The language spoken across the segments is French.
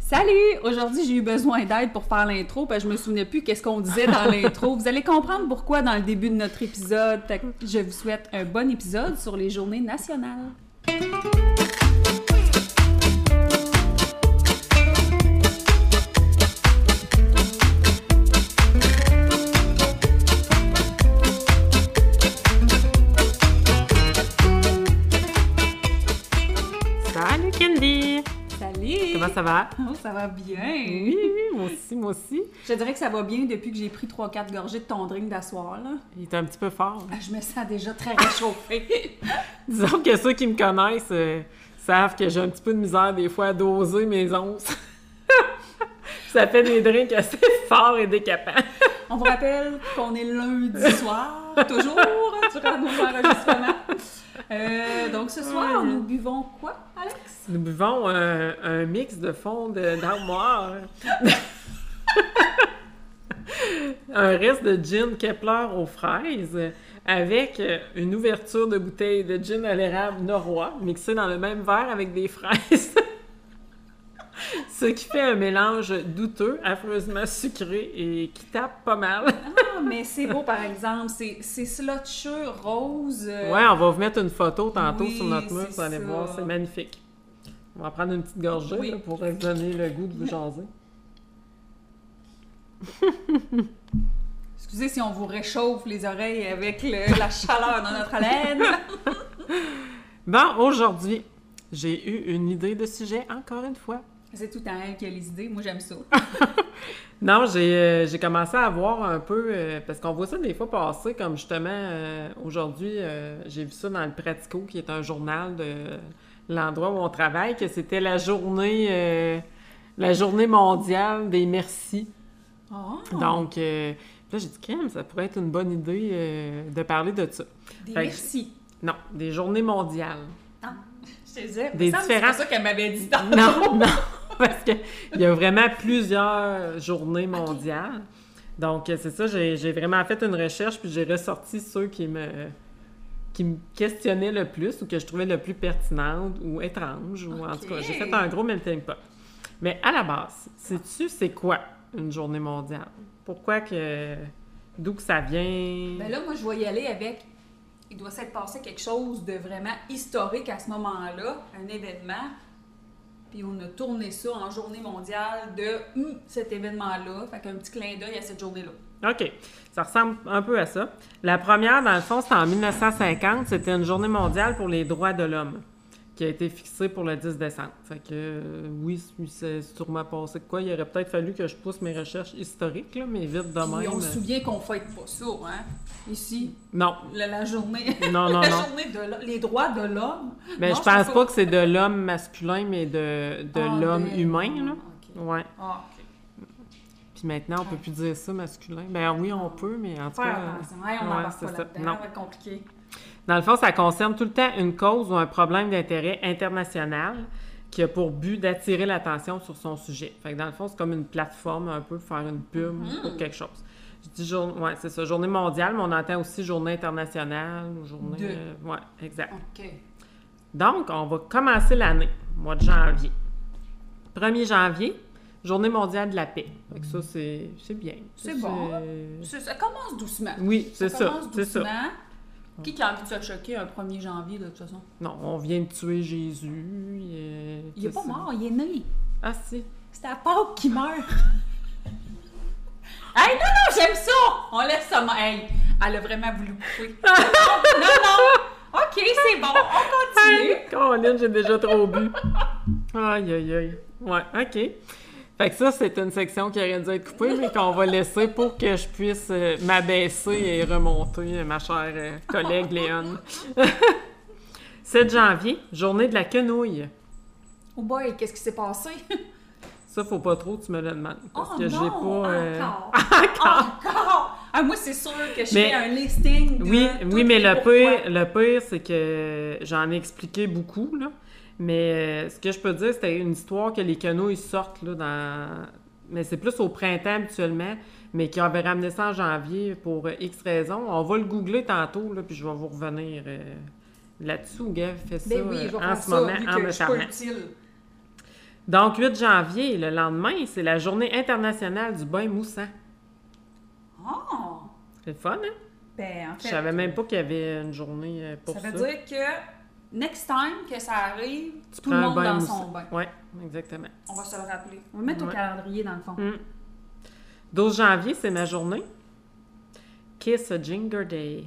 Salut! Aujourd'hui, j'ai eu besoin d'aide pour faire l'intro, parce que je me souvenais plus qu'est-ce qu'on disait dans l'intro. Vous allez comprendre pourquoi dans le début de notre épisode. Fait que Je vous souhaite un bon épisode sur les journées nationales. Salut Candy! Salut! Comment ça va? Oh, ça va bien! Oui, oui, moi aussi, moi aussi. Je dirais que ça va bien depuis que j'ai pris 3-4 gorgées de ton drink d'asseoir. là. Il est un petit peu fort. Ah, Je me sens déjà très réchauffée. Disons que ceux qui me connaissent euh, savent que j'ai un petit peu de misère des fois à doser mes onces. ça fait des drinks assez forts et décapants. On vous rappelle qu'on est lundi soir, toujours, durant nos enregistrements. Euh, donc ce soir, nous buvons quoi, Alex? Nous buvons un, un mix de fond de- d'armoire. un reste de gin Kepler aux fraises avec euh, une ouverture de bouteille de gin à l'érable norrois mixée dans le même verre avec des fraises. Ce qui fait un mélange douteux, affreusement sucré et qui tape pas mal. Ah, mais c'est beau, par exemple. C'est c'est slotcheux, rose. euh, Ouais, on va vous mettre une photo tantôt oui, sur notre mur, vous c'est allez ça. voir, c'est magnifique. On va prendre une petite gorgée Oui. là, pour vous donner le goût de vous jaser. Excusez si on vous réchauffe les oreilles avec le- la chaleur de notre haleine. Bon, aujourd'hui, j'ai eu une idée de sujet encore une fois. C'est tout à elle qui a les idées. Moi, j'aime ça. Non, j'ai euh, j'ai commencé à voir un peu, euh, parce qu'on voit ça des fois passer, comme justement euh, aujourd'hui, euh, j'ai vu ça dans le Pratico, qui est un journal de l'endroit où on travaille, que c'était la journée, euh, la journée mondiale des merci. Oh, Donc, euh, là, j'ai dit, Crème, ça pourrait être une bonne idée euh, de parler de ça. des fait que- merci. Non, des journées mondiales. Ah, je te disais, Des il me semble que c'est différents- pas ça qu'elle m'avait dit dans Non, non, parce qu'il y a vraiment plusieurs journées mondiales. Donc, euh, c'est ça, j'ai j'ai vraiment fait une recherche, puis j'ai ressorti ceux qui me, qui me questionnaient le plus ou que je trouvais le plus pertinente ou étrange, ou en tout cas, j'ai Ok. fait un gros melting pot. Mais à la base, sais-tu c'est quoi une journée mondiale? Pourquoi que... D'où que ça vient? Ben là, moi, je vais y aller avec. Il doit s'être passé quelque chose de vraiment historique à ce moment-là, un événement. Puis on a tourné ça en journée mondiale de Hum, cet événement-là. Fait qu'un petit clin d'œil à cette journée-là. OK. Ça ressemble un peu à ça. La première, dans le fond, c'était en 1950. C'était une journée mondiale pour les droits de l'homme qui a été fixée pour le 10 décembre. Fait que euh, oui, c'est c'est sûrement passé de quoi. Il aurait peut-être fallu que je pousse mes recherches historiques, là, mais vite de Puis même. on se souvient qu'on fête pas ça, hein? Ici, Non, la, la journée. non, non, la non. journée de l'homme. Les droits de l'homme. Mais Non, je pense pas que c'est de l'homme masculin, mais de, de Ah, l'homme de- humain, là. Ok. Ouais. Ah, ok. Puis maintenant, on peut plus dire ça masculin. Ben oui, on peut, mais en tout Faire cas. attention. Hey, on ouais, n'embarque c'est pas ça. là-dedans. Non. Ça va être compliqué. Dans le fond, ça concerne tout le temps une cause ou un problème d'intérêt international qui a pour but d'attirer l'attention sur son sujet. Fait que dans le fond, c'est comme une plateforme un peu pour faire une pub Mm-hmm. pour quelque chose. Je dis jour... ouais, c'est ça, journée mondiale, mais on entend aussi journée internationale, ou journée De. euh, ouais, exact. OK. Donc, on va commencer l'année, mois de janvier. 1er janvier, journée mondiale de la paix. Fait que ça c'est c'est bien. C'est Ça, bon. c'est- Ça, ça commence doucement. Oui, c'est ça, commence c'est ça. doucement. Qui qui a envie de se choquer un 1er janvier, là, de toute façon? Non, on vient de tuer Jésus. Il est, Il est c'est pas ça. mort, il est né. Ah si. C'est à Pâques qu'il meurt. hey, non, non, j'aime ça! On laisse ça. ma- Hey, elle a vraiment voulu couper. non, non! OK, c'est bon, on continue. Caroline, Hein? j'ai déjà trop bu. Aïe, aïe, aïe. Ouais, OK. Fait que ça, c'est une section qui aurait dû être coupée, mais qu'on va laisser pour que je puisse euh, m'abaisser et remonter, euh, ma chère euh, collègue Léon. 7 janvier, journée de la quenouille. Oh boy, qu'est-ce qui s'est passé? Ça, faut pas trop que tu me le demandes. Parce oh que j'ai non, pas. euh, encore! encore! Ah, moi, c'est sûr que je Mais- fais un listing de Oui, toutes oui, mais les le euh, pourquoi. pire, le pire, c'est que j'en ai expliqué beaucoup, là. Mais euh, ce que je peux dire, c'était une histoire que les canaux, ils sortent, là, dans... Mais c'est plus au printemps, habituellement, mais qui avait ramené ça en janvier pour euh, X raisons. On va le googler tantôt, là, puis je vais vous revenir euh, là-dessus. Gars, fais ça Ben oui, euh, je vais en faire ce ça, moment, vu en que me je suis pas parlant. utile. Donc, 8 janvier, le lendemain, c'est la journée internationale du bain moussant. Oh! C'est le fun, hein? Ben, en Je fait, savais même pas qu'il y avait une journée euh, pour ça ça. veut dire que next time que ça arrive, Tu tout le prends un monde dans moussant. son bain. Ouais, exactement. On va se le rappeler. On va le mettre au Ouais. calendrier, dans le fond. Mm. 12 janvier, c'est ma journée. Kiss a Ginger Day.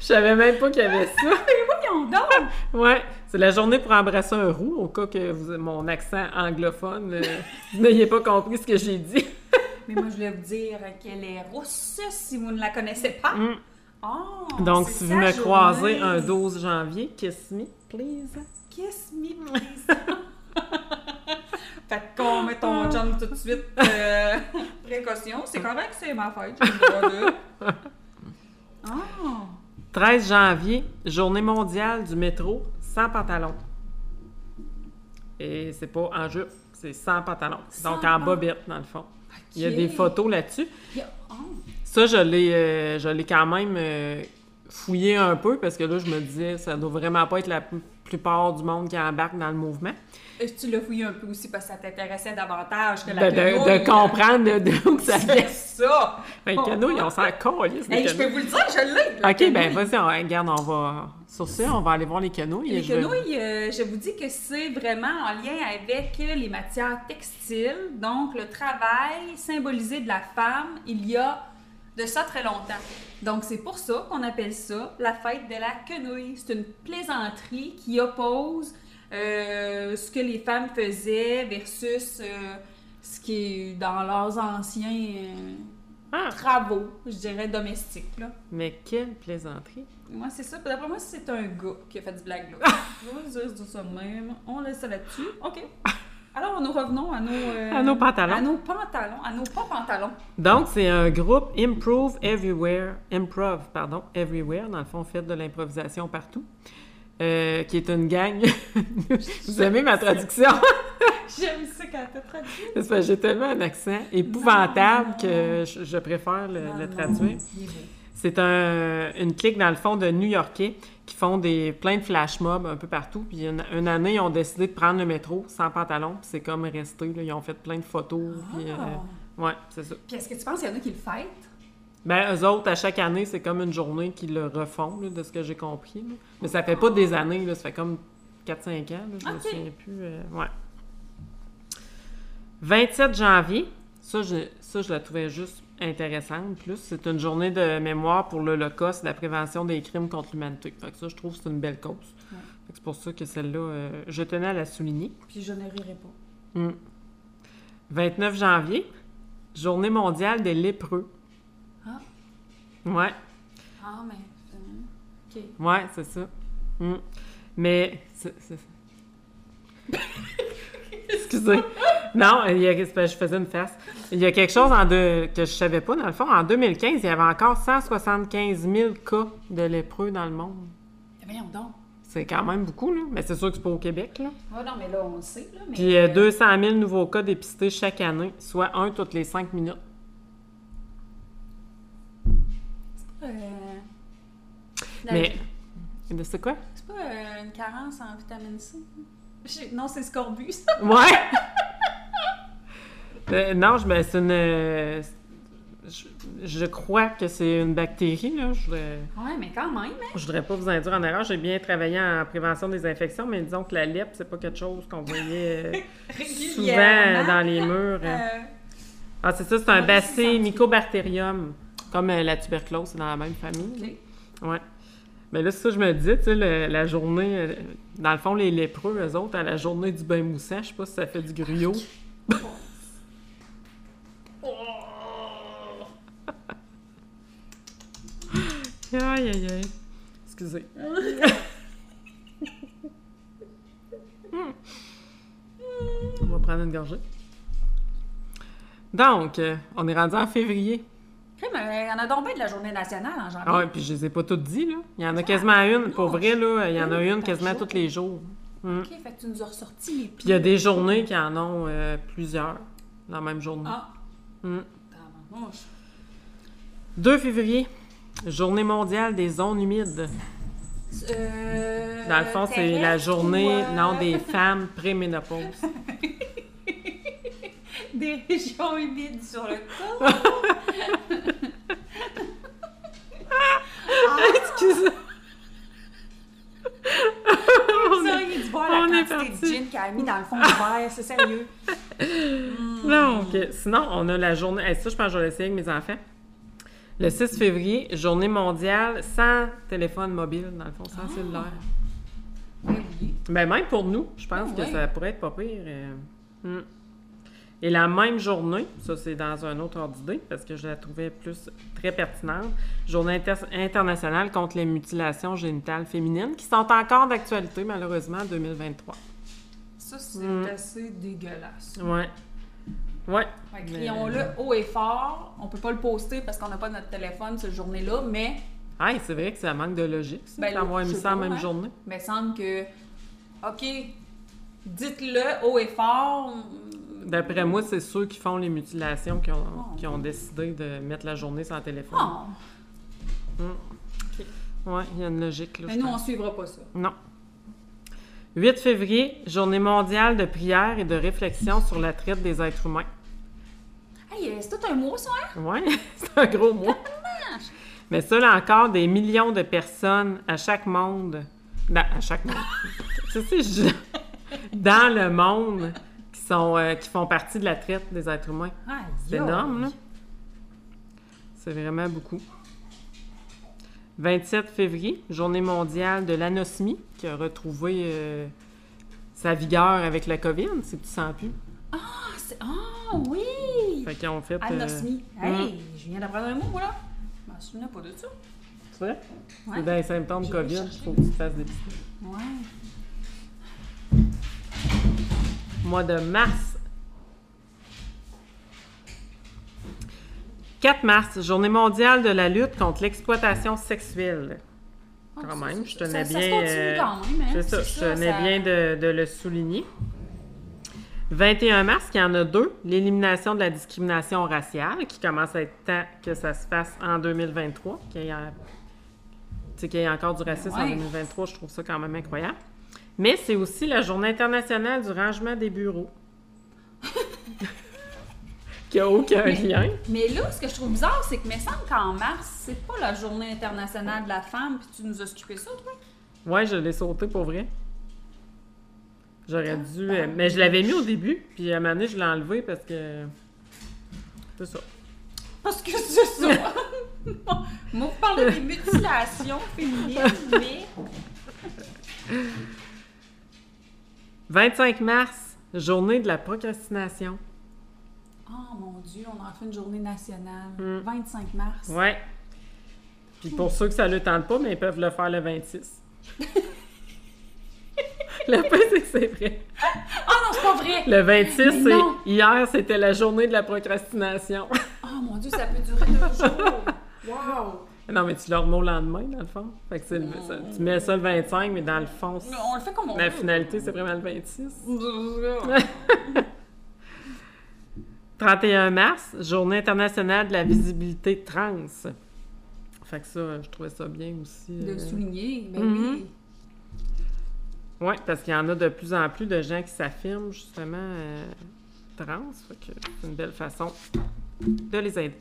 Je savais même pas qu'il y avait ça. Voyons donc! Ouais, c'est la journée pour embrasser un roux, au cas que vous- mon accent anglophone, euh, vous n'ayez pas compris ce que j'ai dit. Mais moi, je voulais vous dire qu'elle est rousse, si vous ne la connaissez pas. Mm. Oh, Donc, c'est si sa vous me journée. croisez un 12 janvier, kiss me, please. Kiss me, please. fait qu'on met ton chum tout de suite. euh, précaution, Ah. c'est correct, c'est ma fête. j'ai le droit de- Ah! 13 janvier, journée mondiale du métro sans pantalon. Et c'est pas en jupe, c'est sans pantalon. Sans Donc en pantalon. bobette, dans le fond. Il y a ok. des photos là-dessus. Il y a- oh. Ça, je l'ai, euh, je l'ai quand même euh, fouillé un peu parce que là, je me disais, ça doit vraiment pas être la p- plupart du monde qui embarque dans le mouvement. Est-ce que tu l'as fouillé un peu aussi parce que ça t'intéressait davantage que De, la de- quenouille? de comprendre d'où que ça vient. Ben, C'est ça! Fait que canouille, on s'en calisse des Hey, je peux canouilles. vous le dire, je l'ai! la Ok, ben quenouille. vas-y, on- regarde, on va. Sur ce, on va aller voir les canouilles. et Les je vais- quenouilles, euh, je vous dis que c'est vraiment en lien avec les matières textiles, donc le travail symbolisé de la femme il y a de ça très longtemps. Donc c'est pour ça qu'on appelle ça la fête de la quenouille. C'est une plaisanterie qui oppose euh, ce que les femmes faisaient versus euh, ce qui est dans leurs anciens euh, Ah, travaux, je dirais domestiques. Là. mais quelle plaisanterie. Moi, c'est ça. D'après moi, c'est un gars qui a fait du blague là. Je vais vous dire c'est ça de même. On laisse ça là-dessus. OK. Alors, nous revenons à nos... euh, À nos pantalons. À nos pantalons. À nos pas pantalons. Donc, c'est un groupe Improve Everywhere, Improv, pardon, Everywhere, dans le fond, fait de l'improvisation partout, euh, qui est une gang. Vous aimez ma traduction? J'aime ça quand t'as traduit. Parce que J'ai tellement un accent épouvantable Non, que je, je préfère le, Ah, le non, traduire. il est beau. C'est un- une clique, dans le fond, de New-Yorkais qui font des, plein de flash mobs un peu partout. Puis une, une année, ils ont décidé de prendre le métro sans pantalon. Puis c'est comme resté. là. Ils ont fait plein de photos. Puis, Ah. euh, ouais, c'est ça. Puis est-ce que tu penses qu'il y en a qui le fêtent? Ben, eux autres, à chaque année, c'est comme une journée qu'ils le refont, là, de ce que j'ai compris. là. Mais ça fait pas des années, là, ça fait comme 4-5 ans, là, je me Ok. souviens plus. euh, ouais. 27 janvier, ça je, ça, je la trouvais juste intéressante, plus. C'est une journée de mémoire pour l'Holocauste, la prévention des crimes contre l'humanité. Fait que ça, je trouve que c'est une belle cause. Ouais. Fait que C'est pour ça que celle-là, euh, je tenais à la souligner. Puis je ne rirai pas. Mm. 29 janvier, journée mondiale des lépreux. Ah. Ouais. Ah, mais... euh, OK. Ouais, c'est ça. Mm. Mais. c'est- c'est- Excusez. Non, il y a- c'est parce que je faisais une face. Il y a quelque chose en deux- que je savais pas, dans le fond. En 2015, il y avait encore 175 000 cas de lépreux dans le monde. Eh bien, donc. C'est quand même beaucoup, là. Mais c'est sûr que c'est pas au Québec, là. Ouais, non, mais là, on le sait, là. Mais... Puis euh, 200 000 nouveaux cas dépistés chaque année, soit un toutes les 5 minutes. Euh, la- Mais. C'est quoi? C'est pas euh, une carence en vitamine C? Je- Non, c'est scorbut, ça. Ouais! Euh, non, je, ben, c'est une. euh, je, je crois que c'est une bactérie, là. Je voudrais, Ouais, mais quand même, hein? je voudrais pas vous induire en erreur. J'ai bien travaillé en prévention des infections, mais disons que la lèpre, c'est pas quelque chose qu'on voyait euh, souvent euh, Régulièrement. dans les murs. hein. Euh, Ah, c'est ça, c'est un Ouais, c'est bacille senti. mycobacterium. Comme euh, la tuberculose, c'est dans la même famille. ok. Ouais. Mais là, c'est ça, que je me dis, tu sais, le- la journée, euh, dans le fond, les lépreux, eux autres, à la journée du bain moussant, je sais pas si ça fait du griot. Aïe, aïe, aïe. Excusez. On va prendre une gorgée. Donc, euh, on est rendu en février. Crime, euh, Il y en a donc bien de la journée nationale en janvier. Ah ouais, puis je les ai pas toutes dit, là. Il y en a quasiment une. Pour vrai, là, il y en a une quasiment tous les jours. Mm. Ok, fait que tu nous as ressorti les Puis il y a des journées qui en ont euh, plusieurs dans la même journée. Ah. Mm. Tabarnouche. 2 février, journée mondiale des zones humides. Euh, Dans le fond, c'est la terrestre journée ou, euh, non des femmes préménopause. Des régions humides sur le corps. ah, Excusez. ça, il dit boire la on est quantité de parti. gin qu'elle a mis dans le fond du verre, c'est sérieux. Hmm. Donc, euh, sinon, on a la journée. eh, ça, je pense que je vais l'essayer avec mes enfants. Le 6 février, journée mondiale sans téléphone mobile, dans le fond, Ah. sans cellulaire. Oui. Ben, même pour nous, je pense Ah, que ouais. ça pourrait être pas pire. euh, hmm. Et la même journée, ça c'est dans un autre ordre d'idée, parce que je la trouvais plus très pertinente, Journée inter- internationale contre les mutilations génitales féminines, qui sont encore d'actualité malheureusement en 2023. Ça, c'est Mm. assez dégueulasse. Ouais. Ouais. Fait que Mais- crions-le haut et fort. On peut pas le poster parce qu'on n'a pas notre téléphone cette journée-là, mais Ah, et c'est vrai que ça manque de logique, ça, Ben, d'avoir je mis sais ça en pas, même hein. journée. il me semble que, OK, dites-le haut et fort. D'après moi, c'est ceux qui font les mutilations qui ont, Oh. qui ont décidé de mettre la journée sans téléphone. Non, Ouais, il y a une logique là. mais je nous, pense. on suivra pas ça. Non. 8 février, journée mondiale de prière et de réflexion sur la traite des êtres humains. Hey, euh, c'est tout un mot, ça, hein? Ouais, c'est un gros mot. Ah, Mais ça, là encore, des millions de personnes à chaque monde. dans- à chaque monde. Ça, c'est ju- dans le monde qui, sont, euh, qui font partie de la traite des êtres humains. Ah, Aïe, C'est aïe. énorme, là. C'est vraiment beaucoup. 27 février, journée mondiale de l'anosmie, qui a retrouvé euh, sa vigueur avec la COVID, si tu sens plus. Ah, c'est- ah, oui! Fait qu'ils ont fait... euh, Anosmie. Hey, je viens d'apprendre un mot, moi, là. Je m'en souviens pas de ça. tu vois? Ouais. C'est dans les symptômes J'ai COVID, cherché. faut que tu te fasses dépister. Ouais. Mois de mars. 4 mars, journée mondiale de la lutte contre l'exploitation sexuelle. Ah, Quand ça, même, ça, je tenais ça, bien, Ça se continue euh, quand même, hein? C'est ça, je tenais ça- bien de, de le souligner. 21 mars, il y en a deux. L'élimination de la discrimination raciale, qui commence à être temps que ça se fasse en 2023, qu'il y ait, en- tu sais, qu'il y ait encore du racisme en Ouais. 2023, je trouve ça quand même incroyable. Mais c'est aussi la Journée internationale du rangement des bureaux. qui a aucun Mais- lien. Mais là, ce que je trouve bizarre, c'est que, me semble qu'en mars, c'est pas la journée internationale de la femme, puis tu nous as skippé ça, toi? Ouais, je l'ai sauté pour vrai. J'aurais dû. euh, mais je l'avais mis au début, puis à un moment donné, je l'ai enlevé parce que. C'est ça. Parce que c'est ça! Moi, vous parlez des mutilations féminines, mais... 25 mars, journée de la procrastination. Oh mon Dieu, on en fait une journée nationale. Mm. 25 mars. Ouais. Puis pour ceux que ça le tente pas, mais ils peuvent le faire le 26. le pire, c'est que c'est vrai. Oh non, c'est pas vrai! Le 26, Mais non! c'est. Hier, c'était la journée de la procrastination. Oh mon Dieu, ça peut durer deux jours! Wow! non, mais tu le remets au lendemain, dans le fond. Fait que c'est le- ça- tu mets ça le 25, mais dans le fond, c'est- On le fait comme on la veut. finalité, c'est vraiment le 26. 31 mars, Journée internationale de la visibilité trans. Fait que ça, je trouvais ça bien aussi. De euh, le souligner, ben Mhm. oui. Oui, parce qu'il y en a de plus en plus de gens qui s'affirment justement euh, trans. Fait que c'est une belle façon de les aider.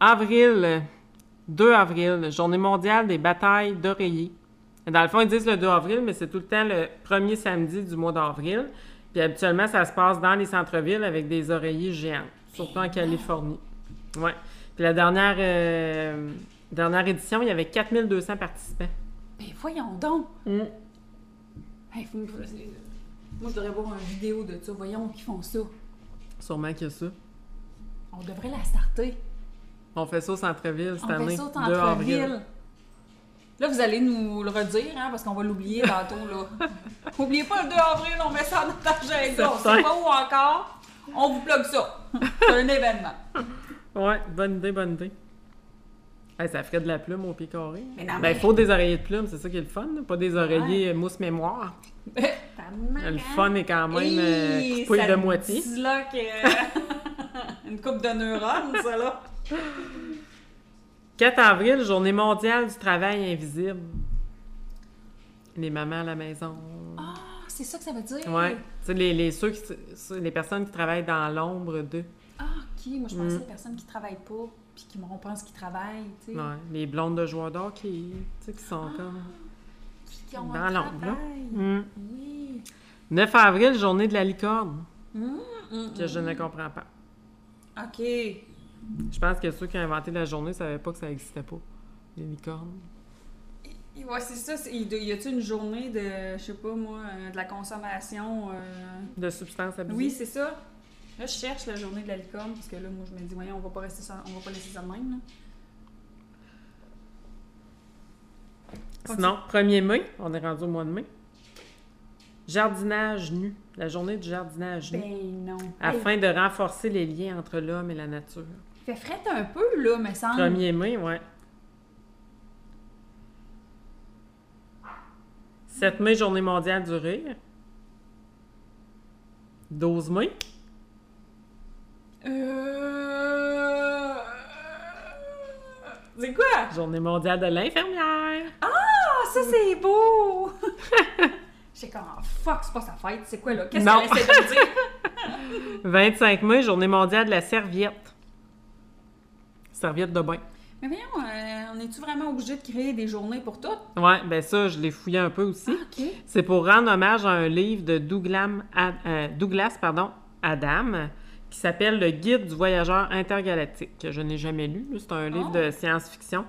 Avril, 2 avril, Journée mondiale des batailles d'oreillers. Dans le fond, ils disent le 2 avril, mais c'est tout le temps le premier samedi du mois d'avril. Puis habituellement, ça se passe dans les centres-villes avec des oreillers géants, surtout en Californie. Ouais. Puis la dernière, euh, dernière édition, il y avait 4200 participants. Ben voyons donc! Mm. Hey, faut- Moi, je devrais voir une vidéo de ça. Voyons qui font ça. Sûrement qu'il y a ça. On devrait la starter. On fait ça au centre-ville cette On année. fait ça au 2 avril. centre-ville. Là, vous allez nous le redire, hein, parce qu'on va l'oublier tantôt, là. Oubliez pas le 2 avril, on met ça dans notre agenda. On Certain. sait pas où encore. On vous plug ça. C'est un événement. Ouais, bonne idée, bonne idée. Hey, ça ferait de la plume au pied carré. Mais non, ben, mais- faut des oreillers de plume, c'est ça qui est le fun, là, pas des oreillers euh, mousse mémoire. Le fun est quand même euh, hein? Hey, coupé ça de moitié. disloque, euh, une coupe de neurones, ça, là. 4 4 avril, journée mondiale du travail invisible. Les mamans à la maison. Ah, c'est ça que ça veut dire? Ouais. Tu sais, les, les, ceux qui- ceux- les personnes qui travaillent dans l'ombre d'eux. Ah, ok. Moi, je pensais Mm. les personnes qui travaillent pas, puis qui me repensent qu'ils travaillent, tu sais. Ouais. Les blondes de joueurs d'hockey, tu sais, qui sont Ah. comme... Qui, qui ont Dans un l'ombre, là. travail. Hum. Oui. 9 avril, journée de la licorne, Hum, hum, que je hum. ne comprends pas. mm. Ok. Je pense que ceux qui ont inventé la journée ne savaient pas que ça n'existait pas, les licornes. Et- Ouais, c'est ça. c'est- il doit- Y a-tu une journée de, je sais pas moi, euh, de la consommation? euh, De substances abusées. Oui, c'est ça. Là, je cherche la journée de la licorne, parce que là, moi, je me dis, voyons, on va pas rester ça, on va pas laisser ça de même, là. Sinon, 1er mai, on est rendu au mois de mai. Jardinage nu, la journée du jardinage nu, Ben non. Hey, afin de renforcer les liens entre l'homme et la nature. fait frette un peu, là, me semble. 1er mai, ouais. 7 mai, journée mondiale du rire. 12 mai, Euh... C'est quoi? journée mondiale de l'infirmière. Ah, ça, c'est beau! J'ai comme, Ah, fuck, c'est pas sa fête, c'est quoi, là? Qu'est-ce Non. qu'elle essaie de me dire? 25 mai, journée mondiale de la serviette. Serviette de bain. Mais voyons, euh, on est-tu vraiment obligé de créer des journées pour toutes? Ouais, ben ça, je l'ai fouillé un peu aussi. OK. C'est pour rendre hommage à un livre de Douglam- Ad- euh, Douglas pardon, Adam qui s'appelle Le Guide du voyageur intergalactique, que je n'ai jamais lu. là. C'est un livre Oh. de science-fiction.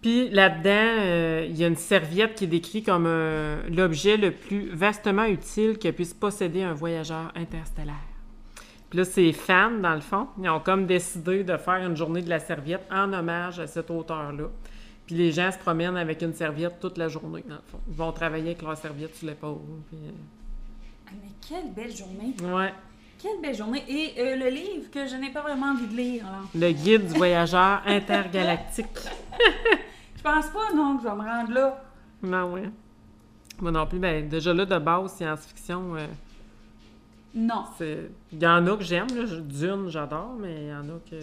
Puis là-dedans, euh, il y a une serviette qui est décrite comme euh, l'objet le plus vastement utile que puisse posséder un voyageur interstellaire. Puis là, ses fans, dans le fond, ils ont comme décidé de faire une journée de la serviette en hommage à cet auteur-là. Puis les gens se promènent avec une serviette toute la journée, dans le fond. Ils vont travailler avec leur serviette sur l'épaule. puis, euh, Ah, mais quelle belle journée! Ouais. Quelle belle journée! Et euh, le livre que je n'ai pas vraiment envie de lire, là. Le guide du voyageur intergalactique. Je pense pas, non, que je vais me rendre là. Non, Ben ouais. Moi non plus, ben, déjà là, de base, science-fiction, euh, Non. c'est. Il y en a que j'aime, là. Je- Dune, j'adore, mais il y en a que.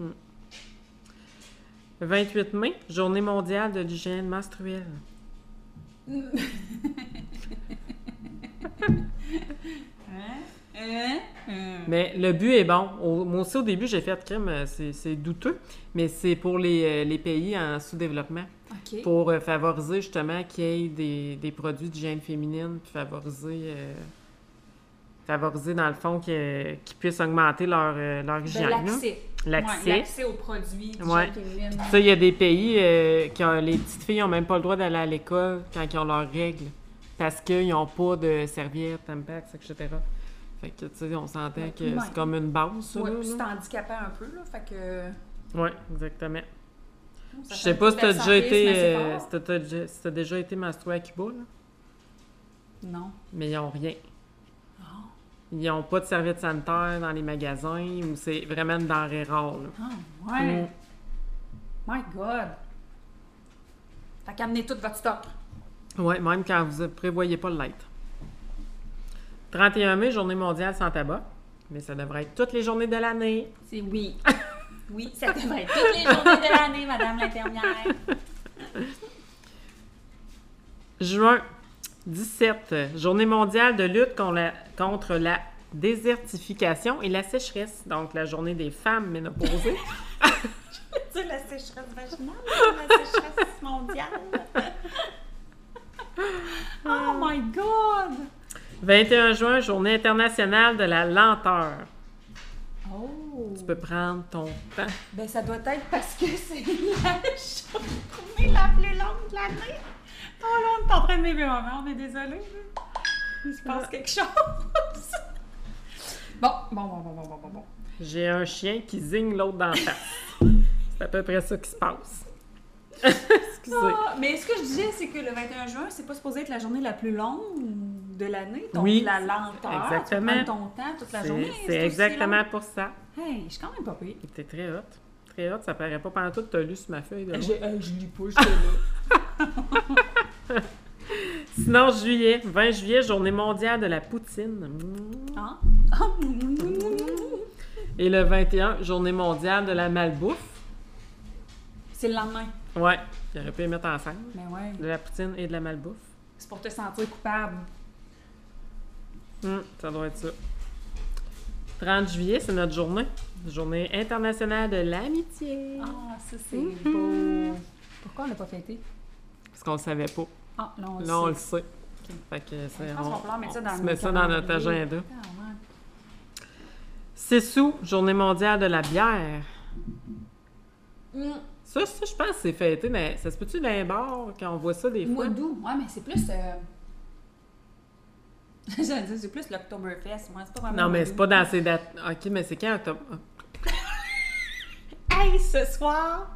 hmm. 28 mai, journée mondiale de l'hygiène menstruelle. Hein? Hein? Hein? Mais le but est bon. Au- moi aussi, au début, j'ai fait crime, euh, c'est c'est douteux, mais c'est pour les, euh, les pays en sous-développement. OK. pour euh, favoriser justement qu'il y ait des, des produits d'hygiène féminine, puis favoriser, euh, favoriser dans le fond que- qu'ils puissent augmenter leur, euh, leur De hygiène. là. Ben, l'accès. Ouais, L'accès. l'accès aux produits du Ouais. genre féminine. Ça, il y a des pays euh, qui ont, les petites filles n'ont même pas le droit d'aller à l'école quand ils ont leurs règles parce qu'ils n'ont pas de serviettes, tampax, etc. Fait que, tu sais, on s'entend Ouais, que ouais. c'est comme une base, ça, Ouais, là, puis c'est là. handicapant un peu, là. Fait que. Ouais, exactement. non, ça Je fait sais un pas peu si t'as déjà d'absentéisme été... assez euh, fort. si t'as- t'as déjà- si t'as déjà été menstruée à Cuba, là. Non. mais ils n'ont rien. Ah. Ils n'ont pas de serviettes sanitaires dans les magasins ou c'est vraiment une denrée rare. là. Ah, ouais. Mm. My God. Fait qu'amenez tout votre stock. Oui, même quand vous ne prévoyez pas le l'être. 31 mai, journée mondiale sans tabac. Mais ça devrait être toutes les journées de l'année. C'est oui. Oui, ça devrait être toutes les journées de l'année, Madame l'infirmière. Juin 17, euh, journée mondiale de lutte con la- contre la désertification et la sécheresse. Donc, la journée des femmes ménopausées. Tu la sécheresse vaginale, la sécheresse mondiale. oh my God! 21 juin, journée internationale de la lenteur. Oh! Tu peux prendre ton temps. Ben, ça doit être parce que c'est la journée la plus longue de l'année. Oh là, on est en train de vivre un moment, mais désolée. là. Il se passe quelque chose. Bon, bon, bon, bon, bon, bon, bon, bon. J'ai un chien qui zigne l'autre dans la face. C'est à peu près ça qui se passe. Excusez. Ah, mais ce que je disais, c'est que le 21 juin, c'est pas supposé être la journée la plus longue de l'année. Donc, Oui, la lenteur. exactement. Tu prends ton temps toute la C'est- journée. C'est aussi exactement pour ça. long. Hey, je suis quand même pas pire. T'es très hot. Très hot, ça paraît pas pendant tout. T'as lu sur ma feuille. de loin. Ah je lis pas, j'étais là. Sinon, juillet, 20 juillet, journée mondiale de la poutine. Mm. Hein? Et le 21, journée mondiale de la malbouffe. C'est le lendemain. Ouais, j'aurais pu les mettre ensemble. Mais ouais, De la poutine et de la malbouffe. c'est pour te sentir coupable. Hum, ça doit être ça. 30 juillet, c'est notre journée. Journée internationale de l'amitié. Ah, ça c'est Mhm. beau. Pourquoi on l'a pas fêté? Parce qu'on le savait pas. Ah, non, on Là, on le le sait. sait. Fait que c'est- Je pense qu'on va falloir mettre ça dans se le met ça dans notre calendrier. agenda. Ah, ouais. C'est sous Journée mondiale de la bière. Hum, Ça, ça je pense que c'est fêté, mais ça se peut-tu dans les bars quand on voit ça des fois? mois d'août. Ouais, mais c'est plus. euh, J'allais dire, c'est plus l'Octoberfest. Moi, c'est pas vraiment. Non, mais mois c'est d'août. pas dans ces dates. Ok, mais c'est quand octobre? Hey, ce soir,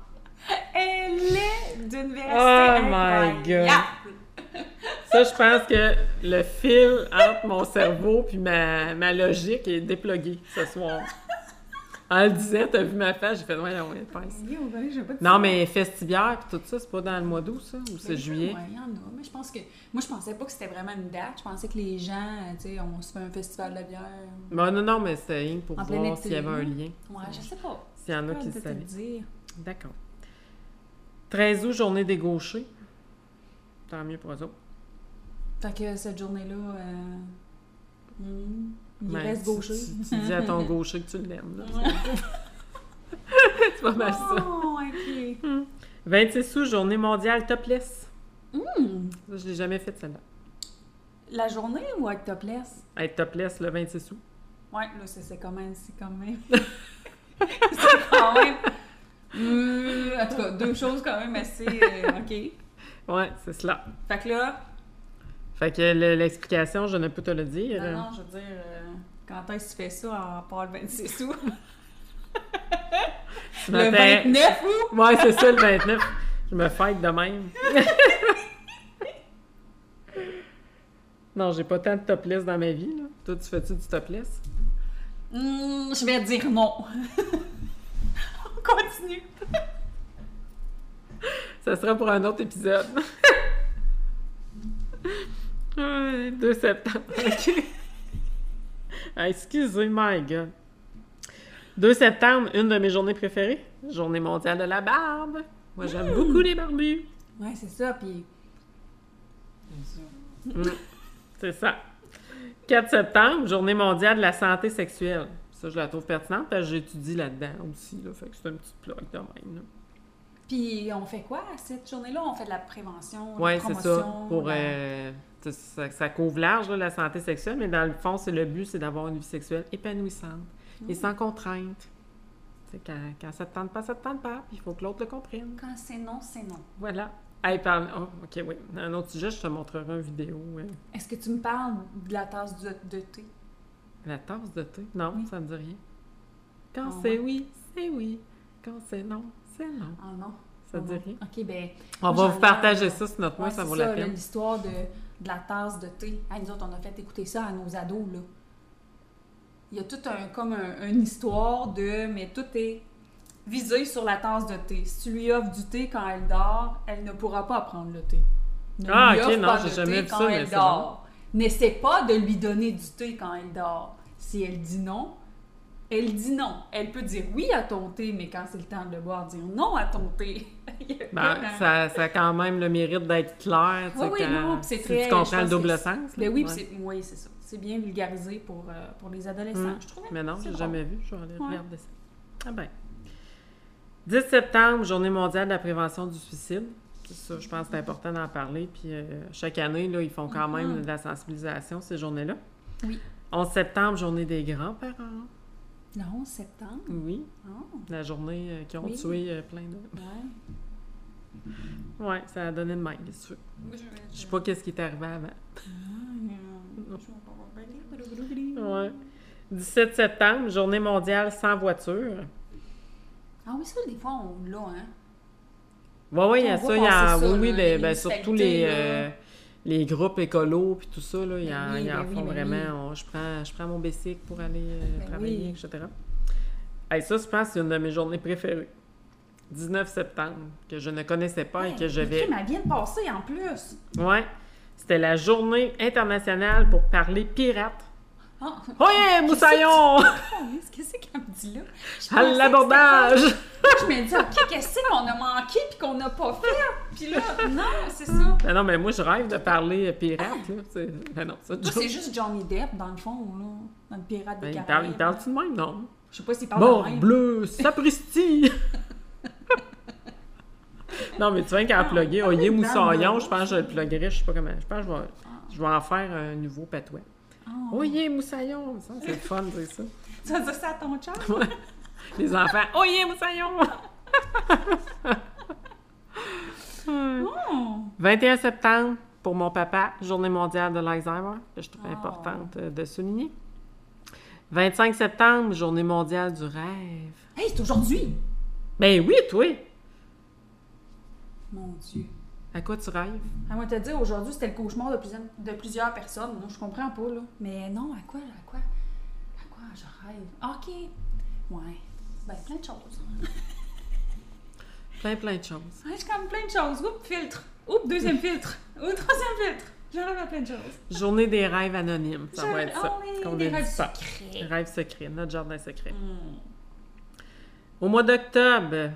elle est d'une véracité. Oh my God. incroyable. Ça, je pense que le fil entre mon cerveau puis ma, ma logique est déplogué ce soir. En le disant, t'as vu ma face, j'ai fait, ouais, ouais, pince. Guillaume, venez, je vais pas te Non, dire. mais festivière puis tout ça, c'est pas dans le mois d'août, ça? Ou c'est Mais juillet? ouais, il y en a. Mais je pense que. Moi, je pensais pas que c'était vraiment une date. Je pensais que les gens, euh, tu sais, on se fait un festival de la bière. Bon, non, non, mais c'était rien que pour En plein été, voir hein? s'il y avait un là. lien. Ouais, je sais pas. S'il y en a Pas qui de le te le savaient. dire. D'accord. 13 août, journée des gauchers. Tant mieux pour eux autres. Fait que cette journée-là, euh, hmm, il Ben, reste tu- gaucher. Tu, tu dis à ton gaucher que tu l'aimes. là. C'est pas mal ça. Oh, ok. 26 août, journée mondiale topless. Hmm, Ça, je l'ai jamais fait celle-là. La journée ou Octopless? Être topless le 26 août. Ouais, là, c'est c'est quand même, c'est quand même. c'est quand même. Hmm, en tout cas, deux choses quand même assez. euh, OK. Ouais, c'est cela. Fait que là, Fait que le- l'explication, je ne peux te le dire. non, non, je veux dire, euh, quand est-ce que tu fais ça en part le 26 août? Tu Le m'appelles- 29 août? Ouais, c'est ça, le 29. Je me fête de même. non, j'ai pas tant de topless dans ma vie. Là. Toi, tu fais-tu du topless? Hmm, je vais dire non. On continue. Ça sera pour un autre épisode. Ouais, 2 septembre. OK. Ah, excusez, my God. 2 septembre, une de mes journées préférées. Journée mondiale de la barbe. Moi, j'aime beaucoup les barbus. Ouais, c'est ça, puis. C'est ça. 4 septembre, journée mondiale de la santé sexuelle. Ça, je la trouve pertinente parce que j'étudie là-dedans aussi. Là, fait que c'est un petit plug de même. là. Puis on fait quoi à cette journée-là? On fait de la prévention, de Oui, la c'est promotion. ça. Pour, de la- euh, tu sais, ça, ça couvre large là, la santé sexuelle, mais dans le fond, c'est le but, c'est d'avoir une vie sexuelle épanouissante et sans contrainte. Tu sais, Quand, quand ça te tente pas, ça te tente pas, puis il faut que l'autre le comprenne. Quand c'est non, c'est non. Voilà. Hey, parle... oh, OK, oui. Un autre sujet, je te montrerai une vidéo. euh, Est-ce que tu me parles de la tasse de, de thé? La tasse de thé? Non, Oui. ça me dit rien. Quand Ah, c'est ouais. oui, c'est oui. Quand c'est non, c'est non. Ah non. Ça ah te dit non. rien? OK, ben. On Moi, va j'en vous ai partager un, ça sur notre ouais, mois, ça c'est vaut la là, peine. L'histoire de, de la tasse de thé. Ah, nous autres, on a fait écouter ça à nos ados, là. Il y a tout un, comme un- une histoire de, mais tout est visé sur la tasse de thé. Si tu lui offres du thé quand elle dort, elle ne pourra pas prendre le thé. Ne Ah, lui ok, offre non, pas j'ai de jamais thé vu quand ça, mais elle c'est dort. N'essaie pas de lui donner du thé quand elle dort. Si elle dit non, elle dit non. Elle peut dire oui à ton thé, mais quand c'est le temps de le boire, dire non à ton thé. Il y a Ben, comme un- ça, ça a quand même le mérite d'être clair. tu sais, hein? Oui, oui, quand- non, puis c'est si très- Tu je comprends pense le double que- sens? Ben là, oui, ouais. puis c'est oui, c'est ça. C'est bien vulgarisé pour, euh, pour les adolescents, Mm. je trouvais. Mais non, c'est j'ai drôle. jamais vu. Je vais aller Ouais. regarder ça. Ah ben. 10 septembre, Journée mondiale de la prévention du suicide. C'est ça, je pense que c'est important d'en parler. Puis euh, chaque année, là, ils font quand même Mhm. de la sensibilisation ces journées-là. Oui. 11 septembre, Journée des grands-parents. Le 11 septembre. Oui. Oh, La journée euh, qui ont Oui. tué euh, plein de. ouais. Ouais, ça a donné de même, qu'est-ce que tu veux. Je vais- ah, Je sais pas qu'est-ce qui est arrivé avant. Ouais. 17 septembre, Journée mondiale sans voiture. Ah oui, ça, des fois, on l'a, hein. Ouais, ouais, il y On a voit ça, il y a, passer ça, oui, oui, là, des- les ben, surtout municipalités, les, là. euh, les groupes écolos puis tout ça, là, il y en- Ben oui, ils en ben oui, font ben vraiment. on- je, prends, je prends mon bicycle pour aller euh, Ben travailler, oui. etc. Hey, ça, je pense, c'est une de mes journées préférées. 19 septembre, que je ne connaissais pas et Hey, que je le vais. crime, elle vient de passer en plus. Ouais. C'était la journée internationale pour parler pirate. Ah Ah! Ohé, moussaillon! Calisse, Qu'est-ce qu'elle me dit là? Je À pensais que l'abordage! c'était- Je me dis, OK, qu'est-ce qu'on a manqué puis qu'on n'a pas fait? Puis là, non, c'est ça. Ben non, mais moi, je rêve de parler euh, pirate, là. c'est- Ben non, ça, Toi, Joe. c'est juste Johnny Depp, dans le fond, là. Dans le pirate Ben, des il parle, Caraïbes. il parle-tu de même, non? Je sais pas s'il parle de Mort, même. bleu, sapristi! non, mais tu viens qu'à Non, plugger. parle Oyez de Moussaillon, Bernard. je pense que je le pluguerai, je sais pas comment. Je pense que je vais, Ah, je vais en faire un nouveau patois. ah. Oyez Moussaillon! Ça, c'est le fun, c'est ça. Tu vas dire ça à ton chat? Ouais. Les enfants, Oyez Moussaillon! Hum. Oh. 21 septembre, pour mon papa, journée mondiale de l'Alzheimer, que je trouve Oh. importante euh, de souligner. 25 septembre, journée mondiale du rêve. Hey, c'est aujourd'hui! Ben oui, toi! Mon Dieu. À quoi tu rêves? Elle va te dire aujourd'hui, c'était le cauchemar de plusieurs, de plusieurs personnes. Moi, je comprends pas, là. Mais non, à quoi, à quoi, à quoi je rêve? OK. Ouais. Ben, plein de choses. Plein, plein de choses. Ouais, je comme plein de choses. Oups, filtre. Oups, deuxième filtre. Ou troisième filtre. Je rêve à plein de choses. Journée des rêves anonymes, ça Je- va être ça. Oh oui, qu'on des ne dit rêves pas. secrets. Rêve secret, notre jardin secret. Hmm. Au mois d'octobre,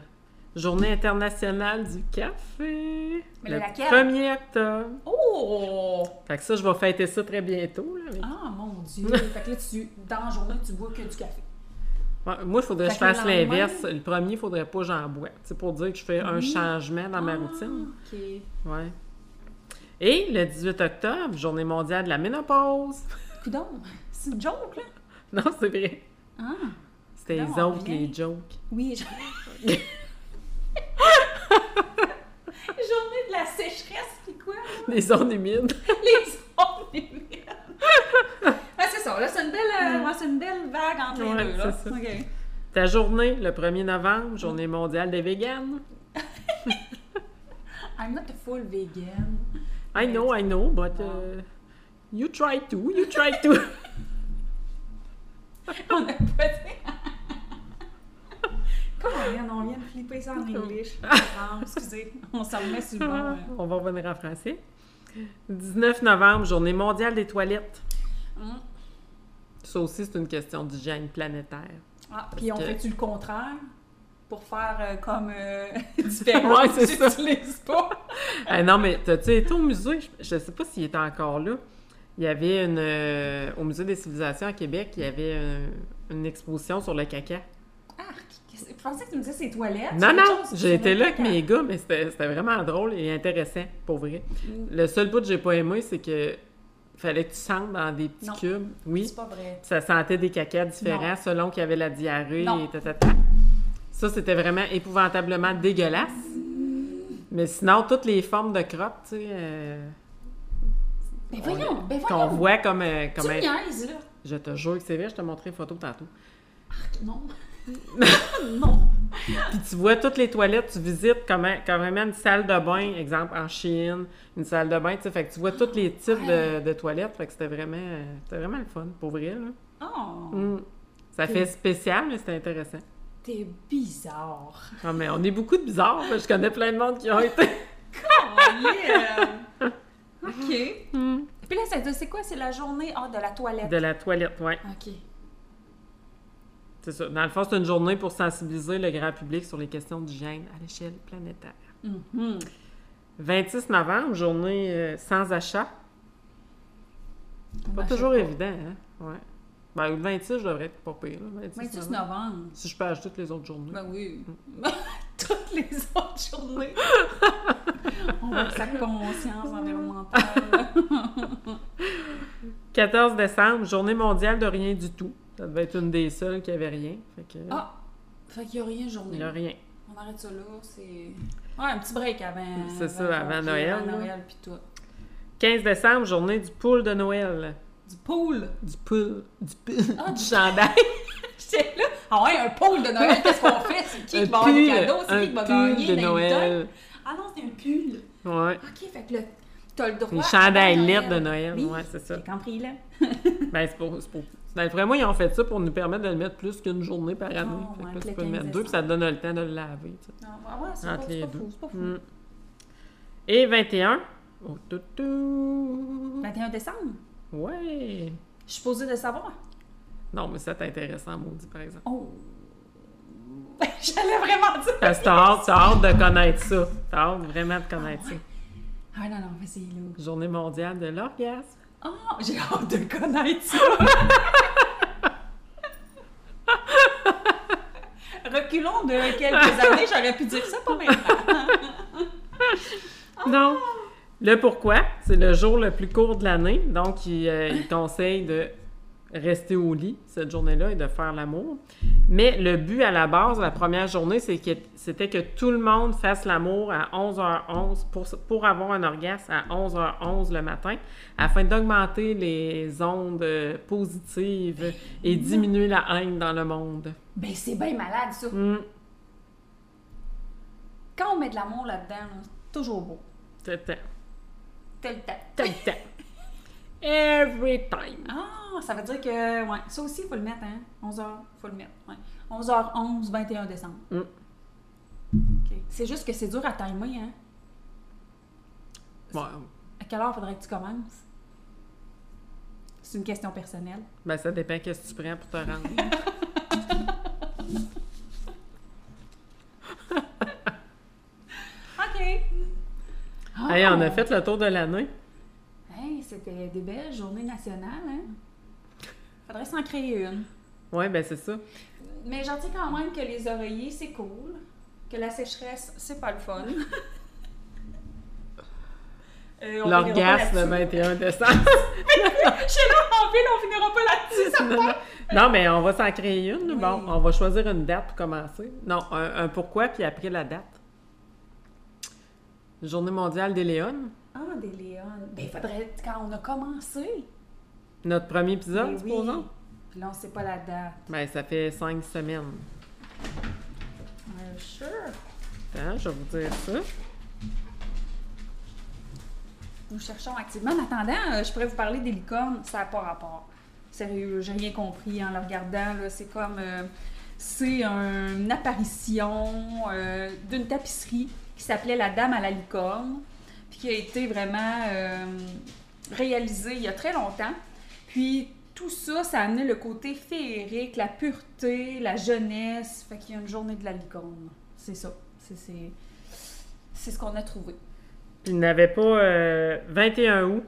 journée internationale du café. Mais le laquelle? 1er octobre. Oh! Fait que ça, je vais fêter ça très bientôt. là, avec- Ah, mon Dieu! fait que là, tu, dans la journée, tu bois que du café. Ouais, moi, il faudrait que je Ah. Fait que le fasse lendemain- l'inverse. Le premier, il faudrait pas que j'en bois. C'est pour dire que je fais un Oui. changement dans ma Ah, routine. OK. Ouais. Et le 18 octobre, journée mondiale de la ménopause. Coudon, c'est une joke, là? non, c'est vrai. Ah, C'était Non, les on autres, vient. les jokes. oui. je- Journée de la sécheresse, puis quoi? là? Les ondes humides. Les ondes humides. Ah, c'est ça. Là, c'est une, belle, euh, ouais, c'est une belle vague entre Ouais, les deux, là. c'est ça. OK. Ta journée, le 1er novembre, journée mondiale des véganes. I'm not a full vegan. I know, I know, but uh, you try to, you try to. On a pas dit... Comment bien, on vient de flipper ça en English. Pardon, excusez, on s'en remet sur le bon... euh. On va revenir en français. 19 novembre, journée mondiale des toilettes. Hum. Ça aussi, c'est une question d'hygiène planétaire. Ah, puis on que- fait-tu le contraire pour faire euh, comme euh, différent? Ouais, c'est ça. J'utilise pas. Ah non, mais t'as-tu été au musée? Je- Je sais pas s'il était encore là. Il y avait une... euh, au Musée des civilisations à Québec, il y avait euh, une exposition sur le caca. Arc, qu'est-ce- je pensais que tu me disais c'est toilettes. Non, c'est non, autre chose, j'ai c'est été le là avec caca. mes gars, mais c'était c'était vraiment drôle et intéressant, pour vrai. Mm. Le seul bout que j'ai pas aimé, c'est que fallait que tu sentes dans des petits Non. cubes. Oui, C'est pas vrai. ça sentait des cacas différents Non. selon qu'il y avait la diarrhée Non. et ta, ta, ta. Ça, c'était vraiment épouvantablement dégueulasse. Mais sinon, toutes les formes de crottes, tu sais, euh, Ben On- voyons, ben qu'on voyons. voit comme... euh, Tu comme un- niaises, là. Je te jure que c'est vrai, je te montrais une photo tantôt. Arc, non. non. Puis tu vois toutes les toilettes, tu visites comment, carrément une salle de bain, exemple en Chine, une salle de bain, tu sais, fait que tu vois tous les types de, de toilettes, fait que c'était vraiment, euh, c'était vraiment le fun, pour vrai, là. Oh, Mm. Ça Ok. fait spécial, mais c'était intéressant. t'es bizarre. Ah, mais on est beaucoup de bizarres. là. Je connais plein de monde qui ont été. Oh, yeah. OK. Mm. Puis là, c'est c'est quoi? C'est la journée ah, de la toilette. De la toilette, ouais. OK. C'est ça. Dans le fond, c'est une journée pour sensibiliser le grand public sur les questions d'hygiène à l'échelle planétaire. Mhm. 26 novembre, journée euh, sans achat. Pas Ben, toujours je- évident, hein? Ouais. Ben, le 26, je devrais être pas pire, là. 26 26 novembre. novembre. Si je page toutes les autres journées. Ben oui. Mm. Toutes les autres journées. On va que sa conscience environnementale. 14 décembre, journée mondiale de rien du tout. Ça devait être une des seules qui avait rien. Fait que... Ah! Fait qu'il n'y a rien de Il journée. n'y a rien. On arrête ça là, c'est. Ouais, un petit break avant. C'est ça, avant Noël, Avant là. Noël, puis tout. 15 décembre, journée du pool de Noël. Du pool! Du pool. Du pool. Ah, du du- chandail. J'étais là! Ah ouais, un pool de Noël, qu'est-ce qu'on fait? C'est qui qui va avoir des cadeaux? C'est un qui qui va pull gagner de dans les temps? Noël. Ah non, c'est un pull! Ouais. Ok, fait que là, t'as le droit. Une chandail avant lettre de Noël. Oui, Ouais, c'est ça. J'ai compris, là. Ben, c'est pour. c'est pour- D'après moi, ils ont fait ça pour nous permettre de le mettre plus qu'une journée par année. Oh, fait que ouais, là, tu le peux le 15 mettre deux, puis ça te donne le temps de le laver. tu sais. Ah ouais, c'est pas, Entre c'est les pas deux. fou, c'est pas fou. Mm. Et 21. Oh, tout, tout. 21 Ben, décembre? Ouais. Je suis posée de savoir. Non, mais ça t'intéresse en maudit, par exemple. Oh! J'allais vraiment dire. Parce que t'as hâte, t'as hâte de connaître ça. T'as hâte vraiment de connaître ça. Ah non, non, vas-y, là. Journée mondiale de l'orgasme. Ah, j'ai hâte de connaître ça. Reculons de quelques années, j'aurais pu dire ça pas maintenant. Donc, le pourquoi, c'est le jour le plus court de l'année. Donc, il, euh, il conseille de rester au lit cette journée-là et de faire l'amour. Mais le but à la base, la première journée, c'est que- c'était que tout le monde fasse l'amour à 11h11 pour, pour avoir un orgasme à 11h11 le matin afin d'augmenter les ondes euh, positives et diminuer la haine dans le monde. ben c'est bien malade ça. Hmm. Quand on met de l'amour là-dedans, là, c'est toujours beau. Tout le temps. Tel temps. Tout le temps. Every time. Ah, ça veut dire que ouais, ça aussi il faut le mettre hein. 11h, faut le mettre. Ouais. 11h11 21 décembre. Mm. OK. C'est juste que c'est dur à timer hein. Ouais. À quelle heure faudrait que tu commences C'est une question personnelle. Ben, ça dépend qu'est-ce que tu prends pour te rendre. Oh! OK. Ah! Hey, on a fait le tour de l'année. Hey, c'était des belles journées nationales, hein? Faudrait s'en créer une. Ouais, ben c'est ça. Mais j'en dis quand même que les oreillers, c'est cool. Que la sécheresse, c'est pas le fun. Euh, on L'orgasme finira le pas là-dessus. 21 décembre. Je suis là en ville, on finira pas là-dessus, ça me non, non, mais on va s'en créer une. Oui. Bon, on va choisir une date pour commencer. Non, un, un pourquoi, puis après la date. Journée mondiale des Léones. Ah, des Léones. Ben, faudrait, quand on a commencé. Notre premier épisode, Ben oui. supposons. Puis là, on sait pas la date. Ben, ça fait cinq semaines. Euh, sure. Attends, Hein, je vais vous dire ça. Nous cherchons activement. En attendant, euh, je pourrais vous parler des licornes. Ça n'a pas rapport. Sérieux, j'ai rien compris en le regardant. là. C'est comme. euh, c'est un- une apparition euh, d'une tapisserie qui s'appelait La Dame à la licorne, puis qui a été vraiment euh, réalisée il y a très longtemps. Puis tout ça, ça a amené le côté féerique, la pureté, la jeunesse. Fait qu'il y a une journée de la licorne. C'est ça. C'est- C'est c'est ce qu'on a trouvé. Il n'avait pas euh, 21 août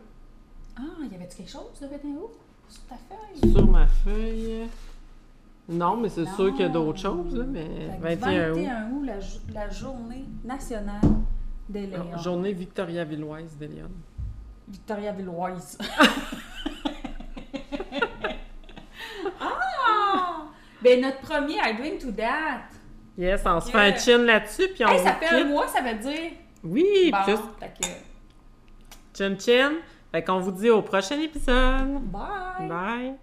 Ah, y avait-tu quelque chose de 21 août sur ta feuille? sur ma feuille. Non, mais c'est sûr qu'il y a Non. d'autres choses, là, mais Fait que 21 août. 21 août, la, jo- la journée nationale des Léons. Non, Oh, journée Victoria-Villoise des Léones. Victoria Villoise. ah! Ben, notre premier I Drink to That. Yes, on se Ok. fait un chin là-dessus, puis on Hey, ça vous fait quitte. un mois, ça veut dire. Oui, Bon, puis juste fait que, chin chin. Fait qu'on vous dit au prochain épisode. Bye! Bye.